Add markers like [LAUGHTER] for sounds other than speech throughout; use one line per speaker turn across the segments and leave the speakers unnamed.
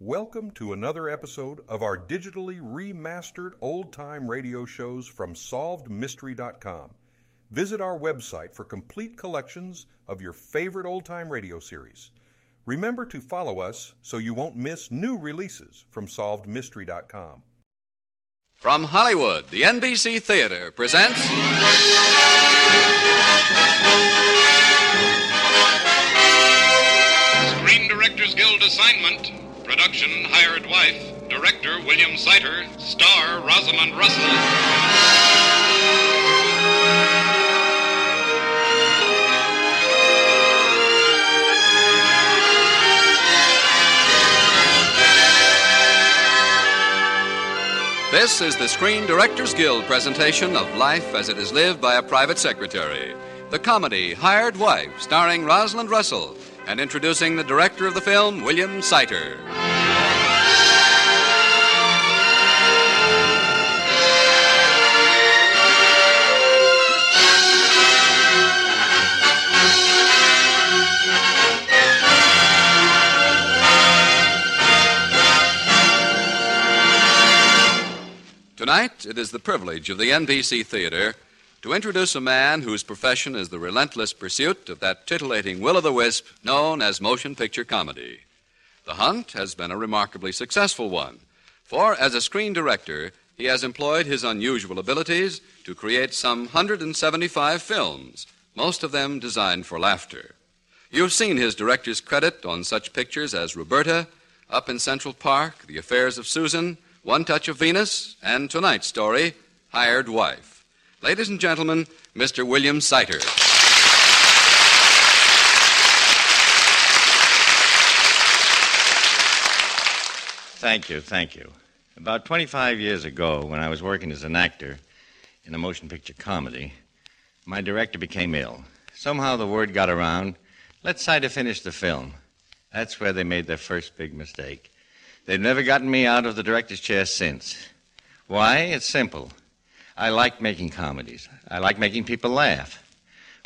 Welcome to another episode of our digitally remastered old time radio shows from SolvedMystery.com. Visit our website for complete collections of your favorite old time radio series. Remember to follow us so you won't miss new releases from SolvedMystery.com.
From Hollywood, the NBC Theater presents.
Screen Directors Guild assignment. Production Hired Wife. Director William Seiter. Star Rosalind Russell.
This is the Screen Directors Guild presentation of Life as It Is Lived by a Private Secretary. The comedy Hired Wife, starring Rosalind Russell, and introducing the director of the film, William Seiter. Tonight, it is the privilege of the NBC Theater to introduce a man whose profession is the relentless pursuit of that titillating will o' the wisp known as motion picture comedy. The hunt has been a remarkably successful one, for as a screen director, he has employed his unusual abilities to create some 175 films, most of them designed for laughter. You've seen his director's credit on such pictures as Roberta, Up in Central Park, The Affairs of Susan, One Touch of Venus, and tonight's story, Hired Wife. Ladies and gentlemen, Mr. William Seiter.
Thank you, thank you. About 25 years ago, when I was working as an actor in a motion picture comedy, my director became ill. Somehow the word got around let Sider finish the film. That's where they made their first big mistake. They've never gotten me out of the director's chair since. Why? It's simple. I like making comedies, I like making people laugh.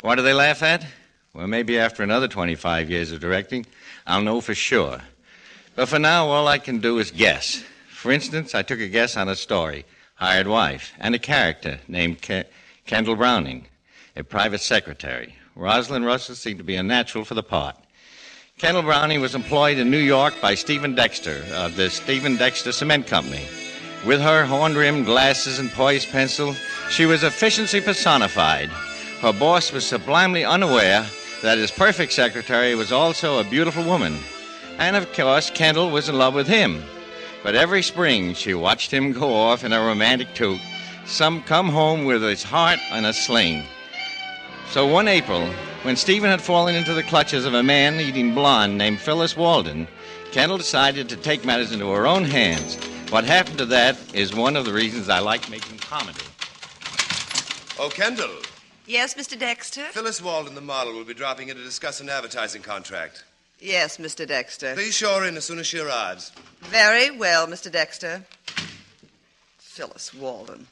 What do they laugh at? Well, maybe after another 25 years of directing, I'll know for sure. But for now, all I can do is guess. For instance, I took a guess on a story, Hired Wife, and a character named Ke- Kendall Browning, a private secretary. Rosalind Russell seemed to be a natural for the part. Kendall Browning was employed in New York by Stephen Dexter of the Stephen Dexter Cement Company. With her horn rimmed glasses and poised pencil, she was efficiency personified. Her boss was sublimely unaware that his perfect secretary was also a beautiful woman. And of course, Kendall was in love with him. But every spring, she watched him go off in a romantic toque, some come home with his heart on a sling. So one April, when Stephen had fallen into the clutches of a man eating blonde named Phyllis Walden, Kendall decided to take matters into her own hands. What happened to that is one of the reasons I like making comedy.
Oh, Kendall.
Yes, Mr. Dexter?
Phyllis Walden, the model, will be dropping in to discuss an advertising contract.
Yes, Mr. Dexter.
Please show her in as soon as she arrives.
Very well, Mr. Dexter. Phyllis Walden,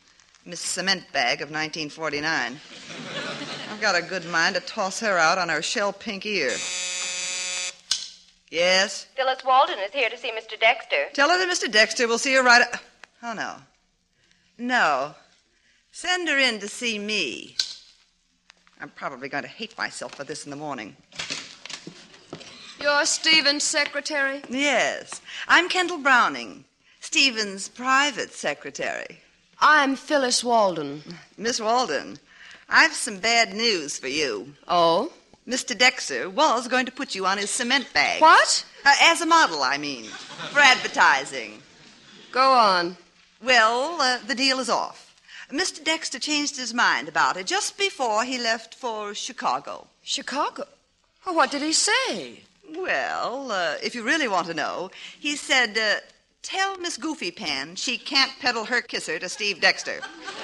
Miss Cement Bag of 1949. I've got a good mind to toss her out on her shell pink ear. Yes?
Phyllis Walden is here to see Mr. Dexter.
Tell her that Mr. Dexter will see her right. a- Oh, no. No. Send her in to see me. I'm probably going to hate myself for this in the morning.
You're Stephen's secretary?
Yes. I'm Kendall Browning, Stephen's private secretary.
I'm Phyllis Walden.
Miss Walden, I've some bad news for you.
Oh?
Mr. Dexter was going to put you on his cement bag.
What?
Uh, as a model, I mean, for advertising.
Go on.
Well, uh, the deal is off. Mr. Dexter changed his mind about it just before he left for Chicago.
Chicago? Oh, what did he say?
Well, uh, if you really want to know, he said, uh, Tell Miss Goofy Pan she can't peddle her kisser to Steve Dexter.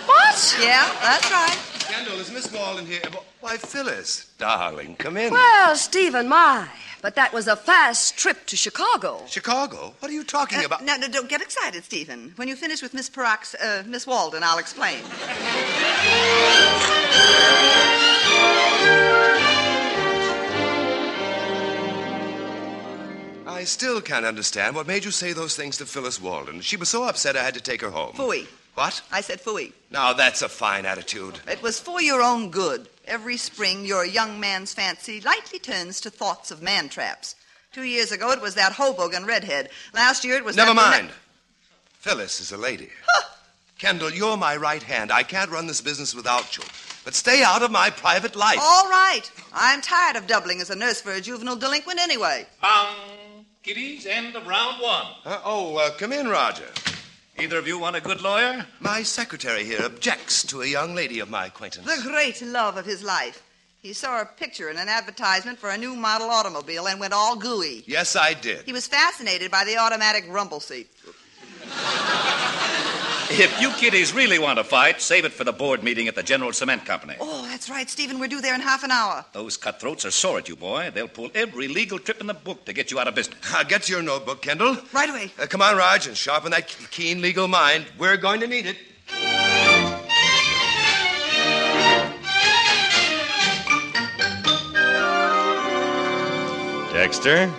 What?
Yeah, that's right.
Kendall, is Miss Walden here? Why, Phyllis. Darling, come in.
Well, Stephen, my. But that was a fast trip to Chicago.
Chicago? What are you talking
Uh,
about?
No, no, don't get excited, Stephen. When you finish with Miss Parox, uh, Miss Walden, I'll explain.
I I still can't understand what made you say those things to Phyllis Walden. She was so upset I had to take her home.
Phooey.
What?
I said phooey.
Now that's a fine attitude.
It was for your own good. Every spring, your young man's fancy lightly turns to thoughts of man traps. Two years ago, it was that Hoboken redhead. Last year, it was
Never
that brunette-
mind. Phyllis is a lady. Kendall, you're my right hand. I can't run this business without you. But stay out of my private life.
All right. I'm tired of doubling as a nurse for a juvenile delinquent anyway.
Bang! Kiddies, end of round one.
Uh, oh, uh, come in, Roger.
Either of you want a good lawyer?
My secretary here objects to a young lady of my acquaintance.
The great love of his life. He saw a picture in an advertisement for a new model automobile and went all gooey.
Yes, I did.
He was fascinated by the automatic rumble seat.
If you kiddies really want to fight, save it for the board meeting at the General Cement Company.
Oh, that's right, Stephen. We're due there in half an hour.
Those cutthroats are sore at you, boy. They'll pull every legal trip in the book to get you out of business.
Now Uh, get to your notebook, Kendall.
Right away.
Uh, come on, Raj, and sharpen that keen legal mind. We're going to need it.
Dexter,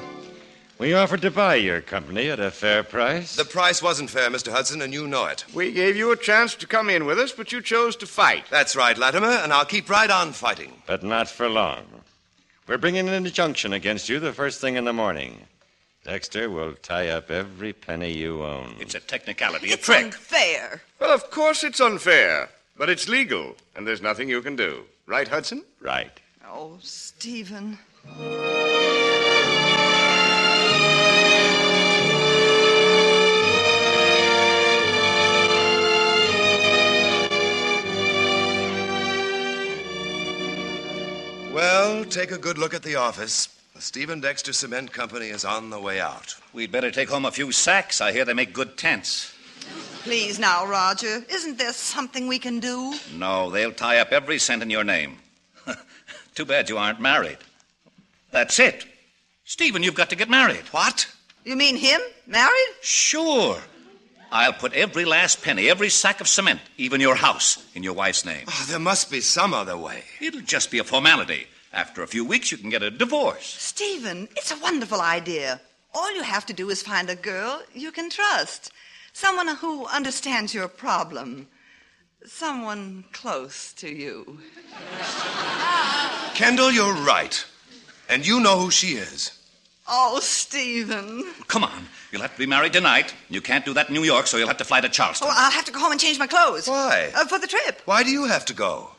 we offered to buy your company at a fair price.
The price wasn't fair, Mr. Hudson, and you know it.
We gave you a chance to come in with us, but you chose to fight.
That's right, Latimer, and I'll keep right on fighting.
But not for long. We're bringing an injunction against you the first thing in the morning. Dexter will tie up every penny you own.
It's a technicality, a
it's
trick.
unfair.
Well, of course it's unfair, but it's legal, and there's nothing you can do. Right, Hudson?
right.
Oh, Stephen.
Well, take a good look at the office. The Stephen Dexter Cement Company is on the way out.
We'd better take home a few sacks. I hear they make good tents.
Please now, Roger. Isn't there something we can do?
No, they'll tie up every cent in your name. [LAUGHS] Too bad you aren't married. That's it. Stephen, you've got to get married.
What?
You mean him? Married?
Sure. I'll put every last penny, every sack of cement, even your house, in your wife's name.
Oh, there must be some other way.
It'll just be a formality. After a few weeks, you can get a divorce.
Stephen, it's a wonderful idea. All you have to do is find a girl you can trust. Someone who understands your problem. Someone close to you.
Kendall, you're right. And you know who she is.
Oh, Stephen.
Come on. You'll have to be married tonight. You can't do that in New York, so you'll have to fly to Charleston.
Oh, I'll have to go home and change my clothes.
Why?
Uh, for the trip.
Why do you have to go?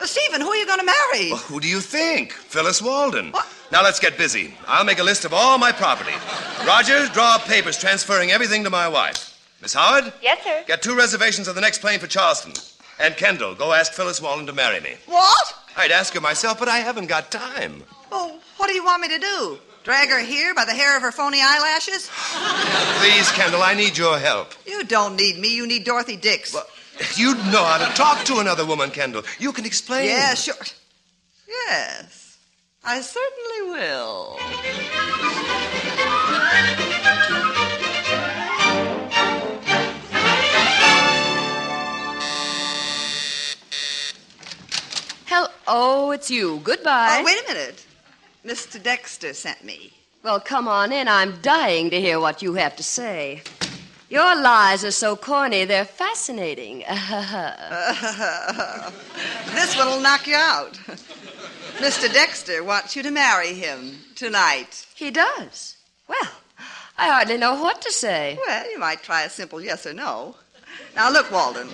Uh, Stephen, who are you going to marry?
Oh.
Well, who do you think? Phyllis Walden.
What?
Now let's get busy. I'll make a list of all my property. Rogers, draw up papers transferring everything to my wife. Miss Howard?
Yes, sir.
Get two reservations on the next plane for Charleston. And Kendall, go ask Phyllis Walden to marry me.
What?
I'd ask her myself, but I haven't got time.
Oh, what do you want me to do? Drag her here by the hair of her phony eyelashes?
Please, Kendall, I need your help.
You don't need me. You need Dorothy Dix.
Well, you know how to talk to another woman, Kendall. You can explain.
yeah, sure. Yes, I certainly will.
Hell, oh, it's you. Goodbye.
Oh, wait a minute. Mr. Dexter sent me. [LAUGHS]
Well, come on in. I'm dying to hear what you have to say. Your lies are so corny, they're fascinating. [LAUGHS]
This one'll knock you out. [LAUGHS] Mr. Dexter wants you to marry him tonight.
he does. Well, I hardly know what to say.
Well, you might try a simple yes or no. Now, look, Walden,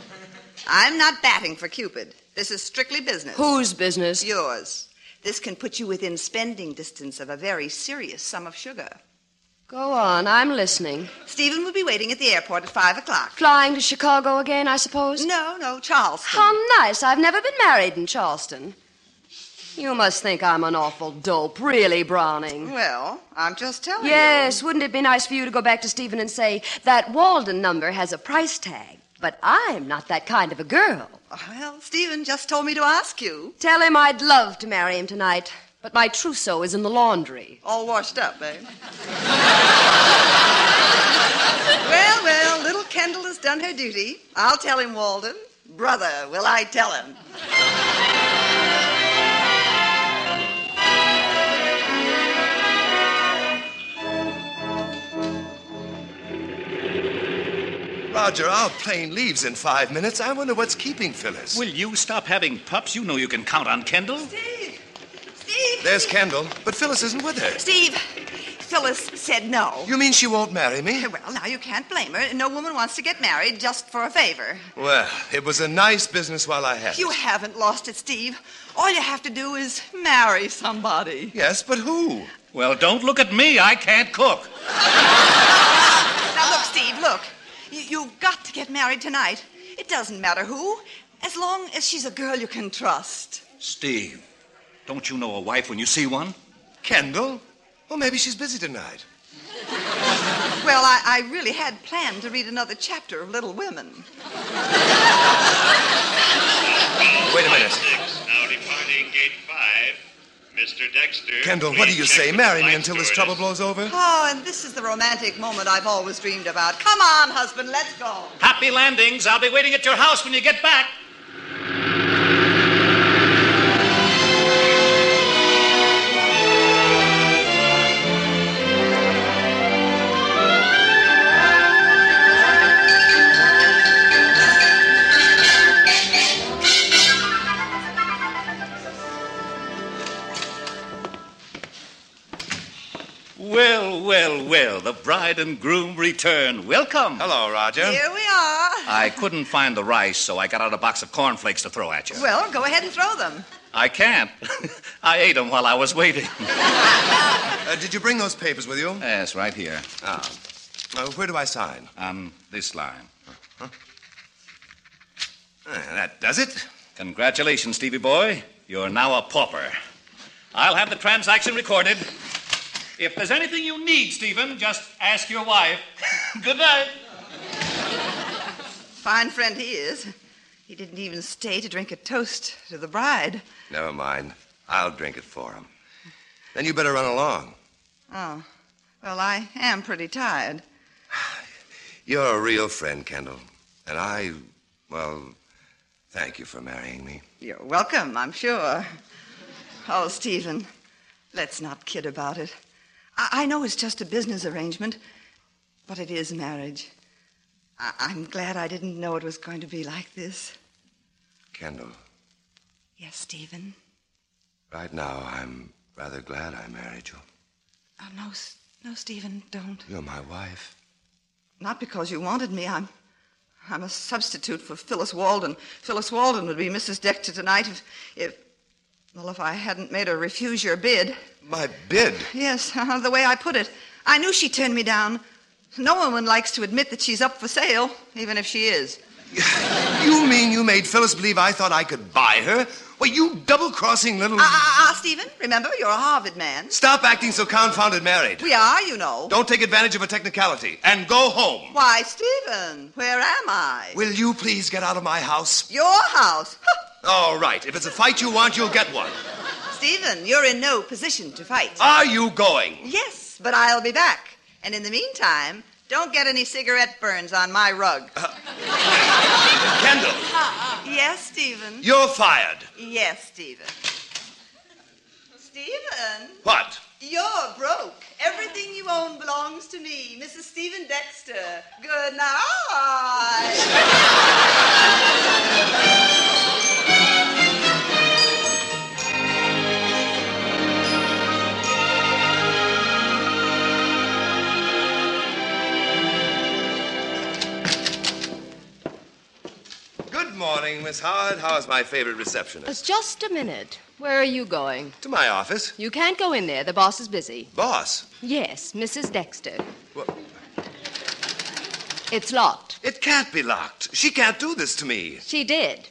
I'm not batting for Cupid. This is strictly business.
Whose business?
Yours. This can put you within spending distance of a very serious sum of sugar.
Go on, I'm listening.
Stephen will be waiting at the airport at five o'clock.
Flying to Chicago again, I suppose?
No, no, Charleston.
How nice. I've never been married in Charleston. You must think I'm an awful dope, really, Browning.
Well, I'm just
Oh,
telling
Yes, wouldn't it be nice for you to go back to Stephen and say, that Walden number has a price tag, but I'm not that kind of a girl?
you. Well, Stephen just told me to ask you.
Tell him I'd love to marry him tonight, but my trousseau is in the laundry.
All washed up, eh? well, well, little Kendall has done her duty. I'll tell him, Walden. Brother, will I tell him?
Roger, our plane leaves in five minutes. I wonder what's keeping Phyllis.
Will you stop having pups? You know you can count on Kendall.
There's Kendall, but Phyllis isn't with her.
Steve, Phyllis said no.
You mean she won't marry me?
[LAUGHS] Well, now you can't blame her. No woman wants to get married just for a favor.
Well, it was a nice business while I had. it.
You haven't lost it, Steve. All you have to do is marry somebody.
Yes, but who?
Well, don't look at me. I can't cook.
Now, look, Steve, look. You, you've got to get married tonight. It doesn't matter who, as long as she's a girl you can trust.
Steve, don't you know a wife when you see one?
Kendall? Well, maybe she's busy tonight.
Well, I, I really had planned to read another chapter of Little Women.
Wait a minute.
Now departing gate five, Mr. Dexter.
Kendall, what do
please
you
check
say?
with
Marry me
flight
until this
stewardess.
trouble blows over?
Oh, and this is the romantic moment I've always dreamed about. Come on, husband, let's go.
Happy landings. I'll be waiting at your house when you get back. Well, well, well, the bride and groom return. Welcome.
Hello, Roger.
Here we are.
I couldn't find the rice, so I got out a box of cornflakes to throw at you.
Well, go ahead and throw them.
I can't. [LAUGHS] I ate them while I was waiting.
Uh, did you bring those papers with you?
Yes, right here.
Ah. Uh, where do I sign?
On this line.
Uh, that does it.
Congratulations, Stevie boy. You're now a pauper. I'll have the transaction recorded. If there's anything you need, Stephen, just ask your wife. [LAUGHS] Good night.
Fine friend he is. He didn't even stay to drink a toast to the bride.
Never mind. I'll drink it for him. Then you better run along.
Oh, well, I am pretty tired.
You're a real friend, Kendall. And I, well, thank you for marrying me.
You're welcome, I'm sure. Oh, Stephen, let's not kid about it. I, I know it's just a business arrangement, but it is marriage. I- I'm glad I didn't know it was going to be like this.
Kendall,
Yes, Stephen.
right now I'm rather glad I married you.
Oh, no, S- no, Stephen, don't.
You're my wife.
Not because you wanted me. I'm, I'm a substitute for Phyllis Walden. Phyllis Walden would be Mrs. Dexter tonight if, if, well, if I hadn't made her refuse your bid.
My bid.
Yes, [LAUGHS] the way I put it. I knew she turned me down. No woman likes to admit that she's up for sale, even if she is.
You mean you made Phyllis believe I thought I could buy her? Well, you double-crossing little...
Ah, ah, ah, Stephen, remember, you're a Harvard man.
Stop acting so confounded married.
We are, you know.
Don't take advantage of a technicality. And go home.
Why, Stephen, where am I?
Will you please get out of my house?
Your house. [LAUGHS]
All right. If it's a fight you want, you'll get one.
Stephen, you're in no position to fight.
Are you going?
Yes, but I'll be back. And in the meantime, don't get any cigarette burns on my rug.
Kendall,
yes, Stephen.
you're fired.
Yes, Stephen. Stephen,
What?
you're broke. Everything you own belongs to me, Mrs. Stephen Dexter. Good night.
Good morning, Miss Howard. How is my favorite receptionist?
It's just a minute. Where are you going?
To my office.
You can't go in there. The boss is busy.
Boss.
Yes, Mrs. Dexter.
Well,
It's locked.
it can't be locked. She can't do this to me.
She did.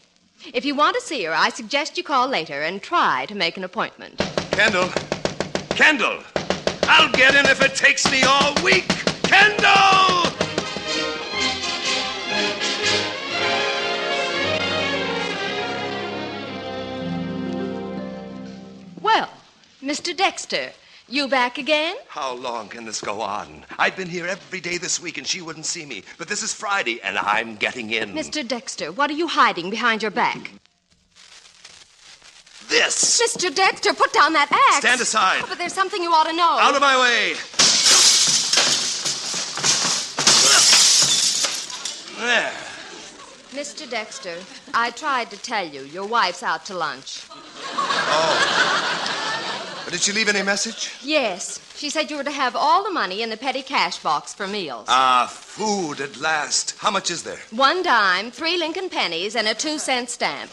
If you want to see her, I suggest you call later and try to make an appointment.
Kendall. Kendall. I'll get in if it takes me all week. Kendall!
Well, Mr. Dexter, you back again?
How long can this go on? I've been here every day this week and she wouldn't see me. But this is Friday and I'm getting in.
Mr. Dexter, what are you hiding behind your back?
This!
Mr. Dexter, put down that axe.
Stand aside.
Oh, but there's something you ought to know.
Out of my way!
Mr. Dexter, I tried to tell you. Your wife's out to lunch.
But did she leave any message?
Yes. She said you were to have all the money in the petty cash box for meals.
Ah, food at last. How much is there?
One dime, three Lincoln pennies, and a two cent stamp.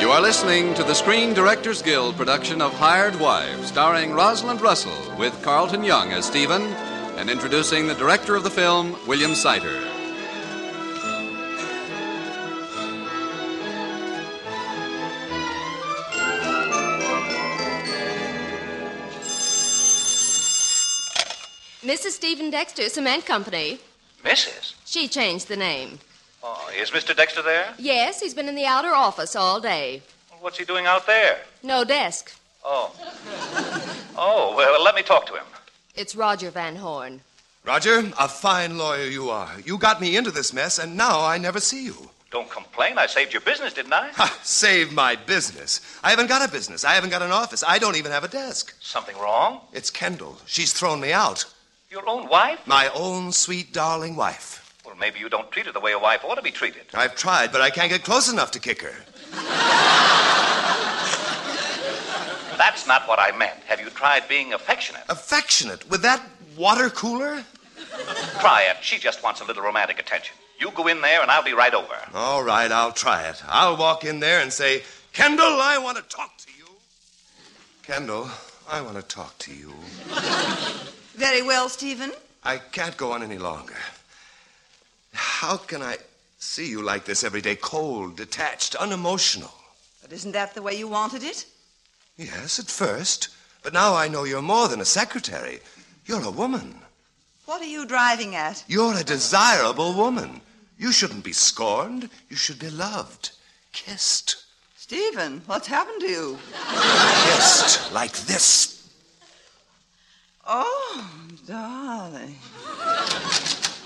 You are listening to the Screen Directors Guild production of Hired Wives, starring Rosalind Russell with Carlton Young as Stephen, and introducing the director of the film, William Sider.
Mrs. Stephen Dexter, Cement Company.
Mrs.?
She changed the name.
Oh, is Mr. Dexter there?
Yes, he's been in the outer office all day.
What's he doing out there?
No desk.
Oh. Oh, well, let me talk to him.
It's Roger Van Horn.
Roger, a fine lawyer you are. You got me into this mess, and now I never see you.
Don't complain. I saved your business, didn't I?
Ha! Save my business. I haven't got a business. I haven't got an office. I don't even have a desk.
Something wrong?
It's Kendall. She's thrown me out.
Your own wife?
My own sweet, darling wife.
Well, maybe you don't treat her the way a wife ought to be treated.
I've tried, but I can't get close enough to kick her.
[LAUGHS] That's not what I meant. Have you tried being affectionate?
Affectionate with that water cooler?
Try it. She just wants a little romantic attention. You go in there, and I'll be right over.
All right, I'll try it. I'll walk in there and say, Kendall, I want to talk to you. Kendall, I want to talk to you.
Very well, Stephen.
I can't go on any longer. How can I see you like this every day, cold, detached, unemotional?
But isn't that the way you wanted it?
Yes, at first. But now I know you're more than a secretary. You're a woman.
What are you driving at?
You're a desirable woman. You shouldn't be scorned. You should be loved, kissed.
Stephen, what's happened to you?
Kissed like this.
Oh, darling.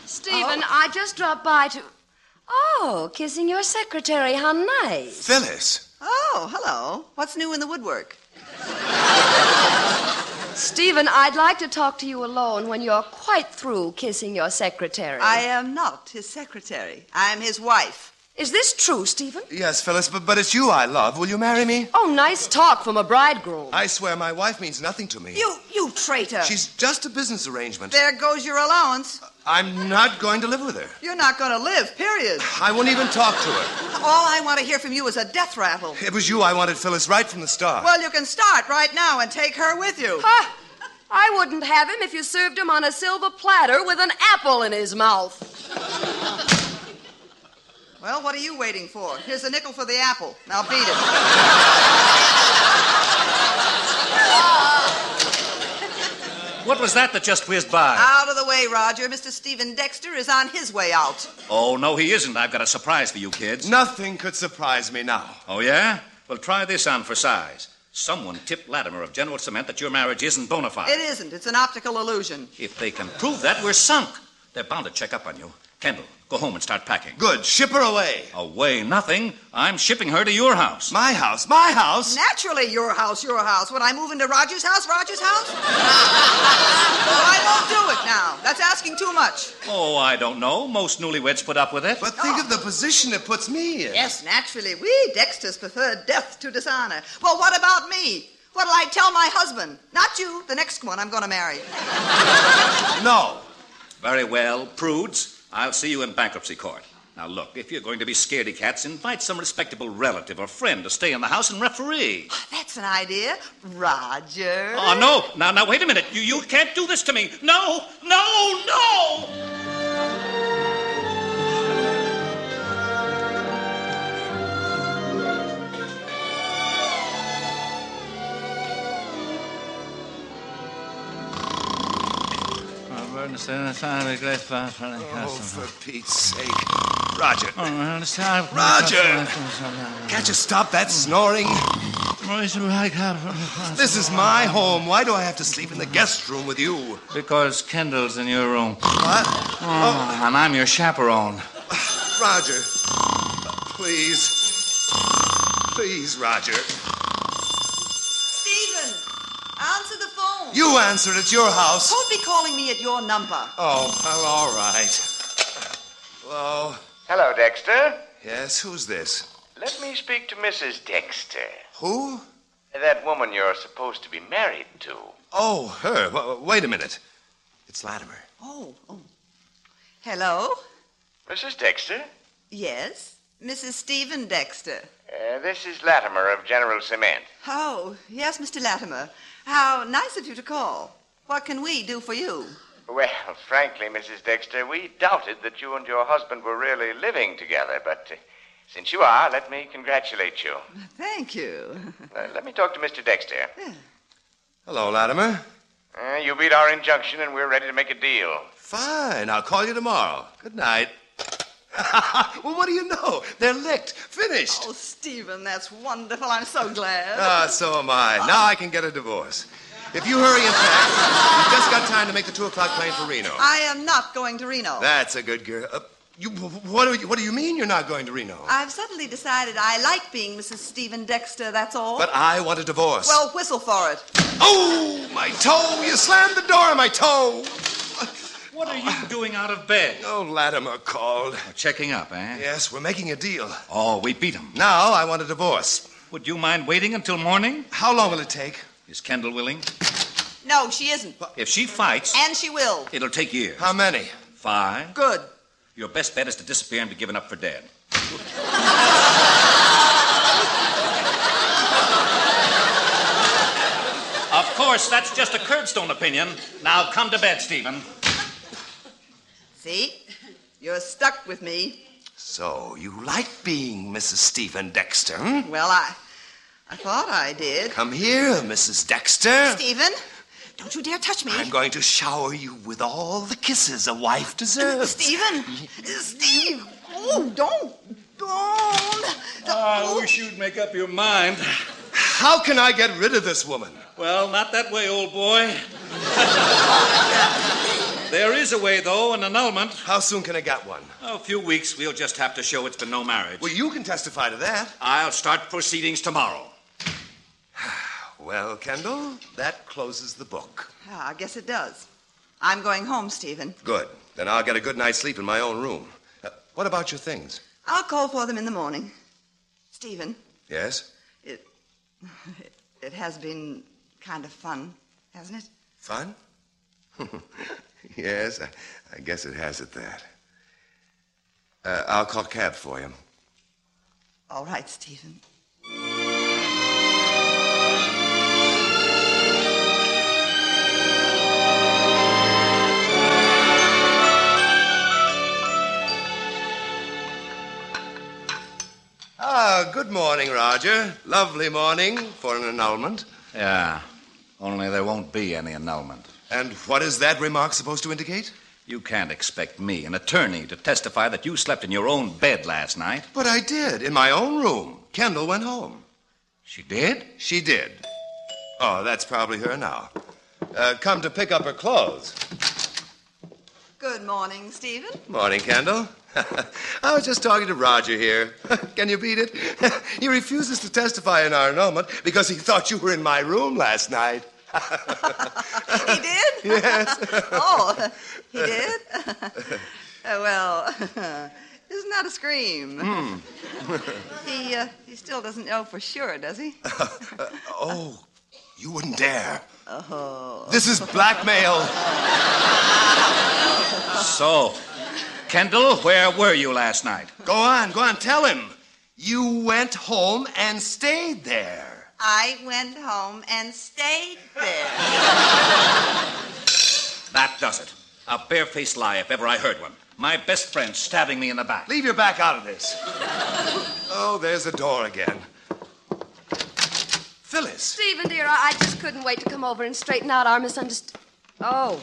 Stephen, I just dropped by to. Oh, kissing your secretary. How nice.
Phyllis.
Oh, hello. What's new in the woodwork?
Stephen, I'd like to talk to you alone when you're quite through kissing your secretary.
I am not his secretary. I'm his wife.
Is this true, Stephen?
Yes, Phyllis, but, but it's you I love. Will you marry me?
Oh, nice talk from a bridegroom.
I swear my wife means nothing to me.
You, [LAUGHS] you traitor.
She's just a business arrangement.
There goes your allowance.
I'm not going to live with her.
You're not going to live, period.
I won't even talk to her.
All I want to hear from you is a death rattle.
It was you I wanted, Phyllis, right from the start.
Well, you can start right now and take her with you.
Ha! Ah, I wouldn't have him if you served him on a silver platter with an apple in his mouth.
Well, what are you waiting for? Here's a nickel for the apple. Now beat it.
What was that that just whizzed by?
Out of the way, Roger. Mr. Stephen Dexter is on his way out.
Oh, no, he isn't. I've got a surprise for you kids.
Nothing could surprise me now.
Oh, yeah? Well, try this on for size. Someone tipped Latimer of General Cement that your marriage isn't bona fide.
It isn't. It's an optical illusion.
If they can prove that, we're sunk. They're bound to check up on you. Kendall, go home and start packing.
Good, ship her away.
Away, nothing. I'm shipping her to your house.
My house, my house.
Naturally, your house, your house. When I move into Roger's house, Roger's house? [LAUGHS] well, I won't do it now. That's asking too much.
Oh, I don't know. Most newlyweds put up with it.
But think of the position it puts me in.
Yes, naturally. We Dexters prefer death to dishonor. Well, what about me? What'll I tell my husband? Not you, the next one I'm going to marry.
No.
Very well, prudes. I'll see you in bankruptcy court. Now, look, if you're going to be scaredy cats, invite some respectable relative or friend to stay in the house and referee.
That's an idea. Roger.
Oh, no. Now, now, wait a minute. You, you can't do this to me. No, no, no.
Oh, for Pete's sake. Roger.
Roger!
Roger! Can't you stop that snoring? This is my home. Why do I have to sleep in the guest room with you?
Because Kendall's in your room.
What?
Oh, and I'm your chaperone.
Roger. Please. Please, Roger.
Stephen, answer the phone.
You answer at your house.
Don't be calling me at your number.
Oh, well, all right. Hello.
Hello, Dexter.
Yes, who's this?
Let me speak to Mrs. Dexter. Uh,
Who?
That woman you're supposed to be married to.
Oh, her. W- w- wait a minute. It's Latimer.
Oh, oh. Hello?
Mrs. Dexter?
Yes? Mrs. Stephen Dexter.
Uh, this is Latimer of General Cement.
Oh, yes, Mr. Latimer. How nice of you to call. What can we do for you?
Well, [LAUGHS] frankly, Mrs. Dexter, we doubted that you and your husband were really living together, but uh, since you are, let me congratulate you.
Thank you. [LAUGHS]
Uh, let me talk to Mr. Dexter.
Hello, Latimer.
Uh, you beat our injunction, and we're ready to make a deal.
Fine. I'll call you tomorrow. Good night. [LAUGHS] well, what do you know? They're licked. Finished.
Oh, Stephen, that's wonderful. I'm so glad.
Ah, so am I. Now I can get a divorce. If you hurry and pack, you've just got time to make the two o'clock plane for Reno.
I am not going to Reno.
That's a good girl. Uh, you, what, do you, what do you mean you're not going to Reno?
I've suddenly decided I like being Mrs. Stephen Dexter, that's all.
But I want a divorce.
Well, whistle for it.
Oh, my toe! You slammed the door on my toe!
What are you doing out of bed?
Oh, Latimer called.
Checking up, eh?
Yes, we're making a deal.
Oh, we beat him.
Now I want a divorce.
Would you mind waiting until morning?
How long will it take?
Is Kendall willing?
No, she isn't.
If she fights,
And she will.
it'll take years.
How many?
Five.
Good.
Your best bet is to disappear and be given up for dead. of course, that's just a curbstone opinion. Now come to bed, Stephen.
See? You're stuck with me.
So, you like being Mrs. Stephen Dexter, hmm?
Well, I. I thought I did.
Come here, Mrs. Dexter.
Stephen, don't you dare touch me.
I'm going to shower you with all the kisses a wife deserves.
Stephen! Steve! Oh, don't. Don't.
I wish you'd make up your mind.
How can I get rid of this woman?
Well, not that way, old boy. there is a way, though, an annulment.
How soon can I get one?
A few weeks, we'll just have to show it's been no marriage.
Well, you can testify to that.
I'll start proceedings tomorrow.
Well, Kendall, that closes the book.
Ah, I guess it does. I'm going home, Stephen.
Good. Then I'll get a good night's sleep in my own room. Uh, what about your things?
I'll call for them in the morning. Stephen,
Yes?
it, [LAUGHS] it. It has been kind of fun, hasn't it?
Fun? [LAUGHS] yes, I, I guess it has at that. Uh, I'll call cab for you.
All right, Stephen.
Ah, good morning, Roger. Lovely morning for an annulment.
Yeah, only there won't be any annulment.
And what is that remark supposed to indicate?
You can't expect me, an attorney, to testify that you slept in your own bed last night.
But I did, in my own room. Kendall went home.
She did?
She did. Oh, that's probably her now. Uh, come to pick up her clothes.
Good morning, [LAUGHS] Stephen.
Morning, Kendall. [LAUGHS] I was just talking to Roger here. [LAUGHS] Can you beat it? he refuses to testify in our annulment because he thought you were in my room last night.
He did?
Yes.
[LAUGHS] oh, he did? [LAUGHS] Oh, well, [LAUGHS] isn't that a scream? [LAUGHS] he, uh, he still doesn't know for sure, does he?
Oh, you wouldn't dare. Oh. This is blackmail.
So, Kendall, where were you last night?
go on, go on, tell him. You went home and stayed there.
I went home and stayed there.
That does it. A barefaced lie, if ever I heard one. My best friend stabbing me in the back.
Leave your back out of this. oh, there's the door again. Phyllis.
Stephen, dear, I, I just couldn't wait to come over and straighten out our misunderstanding. Oh,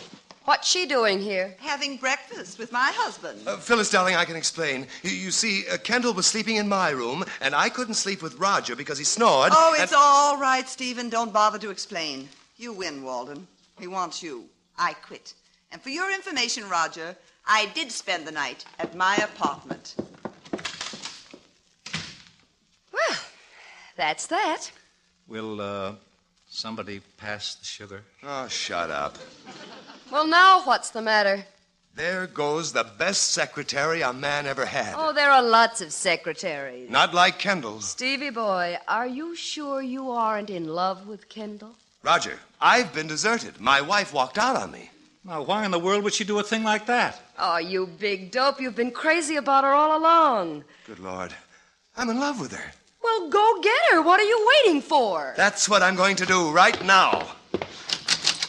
What's she doing here?
Having breakfast with my husband.
Uh, Phyllis, darling, I can explain. You, you see, uh, Kendall was sleeping in my room, and I couldn't sleep with Roger because he [LAUGHS] snored.
oh, it's
and-
all right, Stephen. Don't bother to explain. You win, Walden. We want you. I quit. And for your information, Roger, I did spend the night at my apartment.
That's that.
Will uh, somebody pass the sugar?
Oh, shut up.
Well, now what's the matter?
There goes the best secretary a man ever had.
Oh, there are lots of secretaries.
Not like Kendall's.
Stevie boy, are you sure you aren't in love with Kendall?
Roger, I've been deserted. My wife walked out on me.
Now, why in the world would she do a thing like that?
Oh, you big dope. You've been crazy about her all along.
Good Lord. I'm in love with her.
Well, go get her. What are you waiting for?
That's what I'm going to do right now.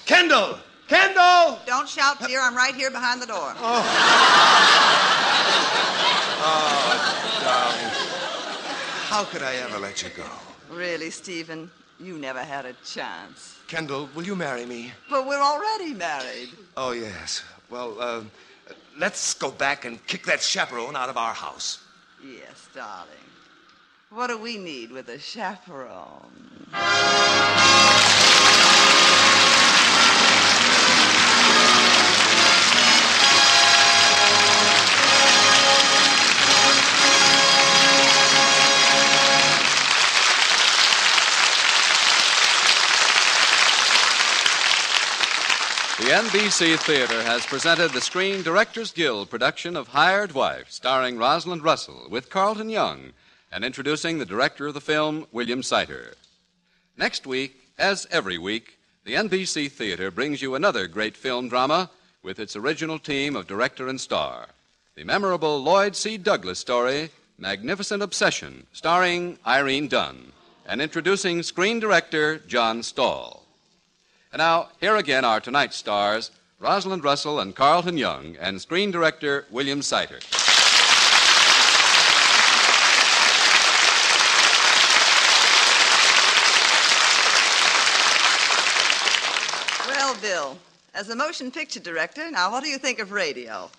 Kendall! Kendall!
Don't shout, dear. I'm right here behind the door.
Oh, darling. How could I ever let you go?
Really, Stephen, you never had a chance.
Kendall, will you marry me?
But we're already married.
Oh, yes. Well, uh, let's go back and kick that chaperone out of our house.
Yes, darling. What do we need with a chaperone?
The NBC Theater has presented the Screen Directors Guild production of Hired Wife, starring Rosalind Russell, with Carlton Young, and introducing the director of the film, William Seiter. Next week, as every week, the NBC Theater brings you another great film drama with its original team of director and star. The memorable Lloyd C. Douglas story, Magnificent Obsession, starring Irene Dunn, and introducing screen director John Stahl. And now, here again are tonight's stars Rosalind Russell and Carlton Young, and screen director William Seiter.
Well, Bill, as a motion picture director, now what do you think of radio?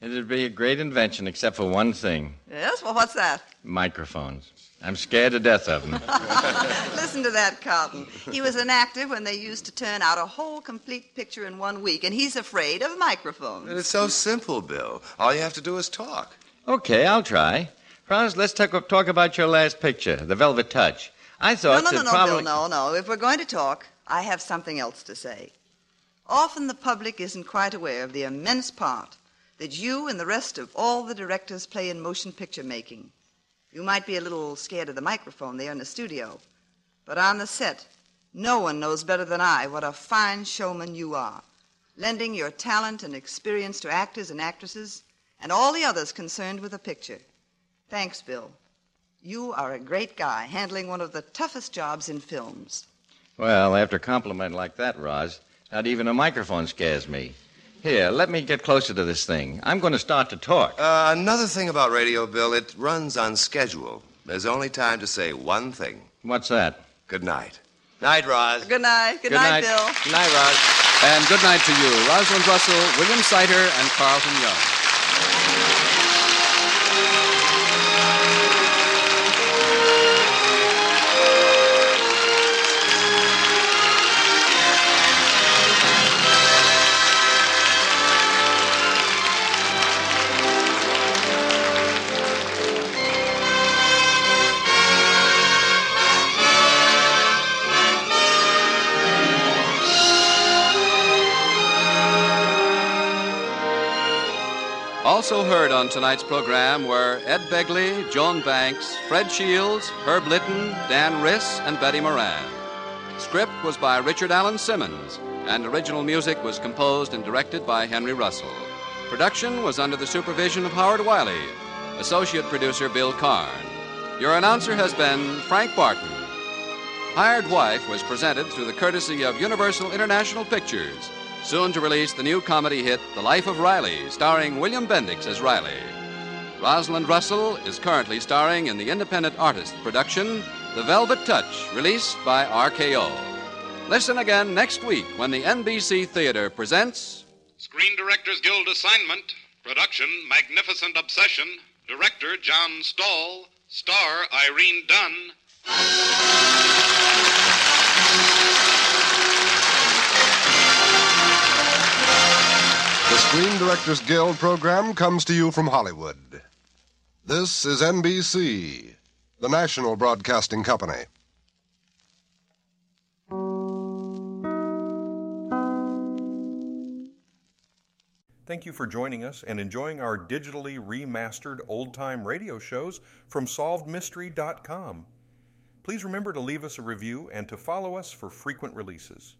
It'd be a great invention, except for one thing
Yes? Well, what's that?
microphones. I'm scared to death of them.
[LAUGHS] Listen to that, Carlton. He was an actor when they used to turn out a whole complete picture in one week, and he's afraid of microphones.
It's so simple, Bill. All you have to do is talk.
okay, I'll try. Franz, let's talk, talk about your last picture, The Velvet Touch. I thought
no, no, no,
that
no,
probably.
Bill, no, no. If we're going to talk, I have something else to say. Often the public isn't quite aware of the immense part that you and the rest of all the directors play in motion picture making. You might be a little scared of the microphone there in the studio, but on the set, no one knows better than I what a fine showman you are, lending your talent and experience to actors and actresses and all the others concerned with the picture. Thanks, Bill. You are a great guy handling one of the toughest jobs in films.
Well, after a compliment like that, Roz, not even a microphone scares me. Here, let me get closer to this thing. I'm going to start to talk.
Uh, another thing about radio, Bill, it runs on schedule. There's only time to say one thing.
What's that?
Good night. Night, Roz.
Good night. Good,
Good
night,
night.
Bill.
Good night, Roz.
And good night to you, Rosalind Russell, William Seiter, and Carlton Young. Also heard on tonight's program were Ed Begley, Joan Banks, Fred Shields, Herb Litton, Dan Riss, and Betty Moran. Script was by Richard Allen Simmons, and original music was composed and directed by Henry Russell. Production was under the supervision of Howard Wiley, associate producer Bill Carn. Your announcer has been Frank Barton. Hired Wife was presented through the courtesy of Universal International Pictures, soon to release the new comedy hit The Life of Riley, starring William Bendix as Riley. Rosalind Russell is currently starring in the independent artist production The Velvet Touch, released by RKO. Listen again next week when the NBC Theater presents
Screen Directors Guild assignment. Production Magnificent Obsession. Director John Stahl. Star Irene Dunn.
The Screen Directors Guild program comes to you from Hollywood. This is NBC, the national broadcasting company.
Thank you for joining us and enjoying our digitally remastered old time radio shows from SolvedMystery.com. Please remember to leave us a review and to follow us for frequent releases.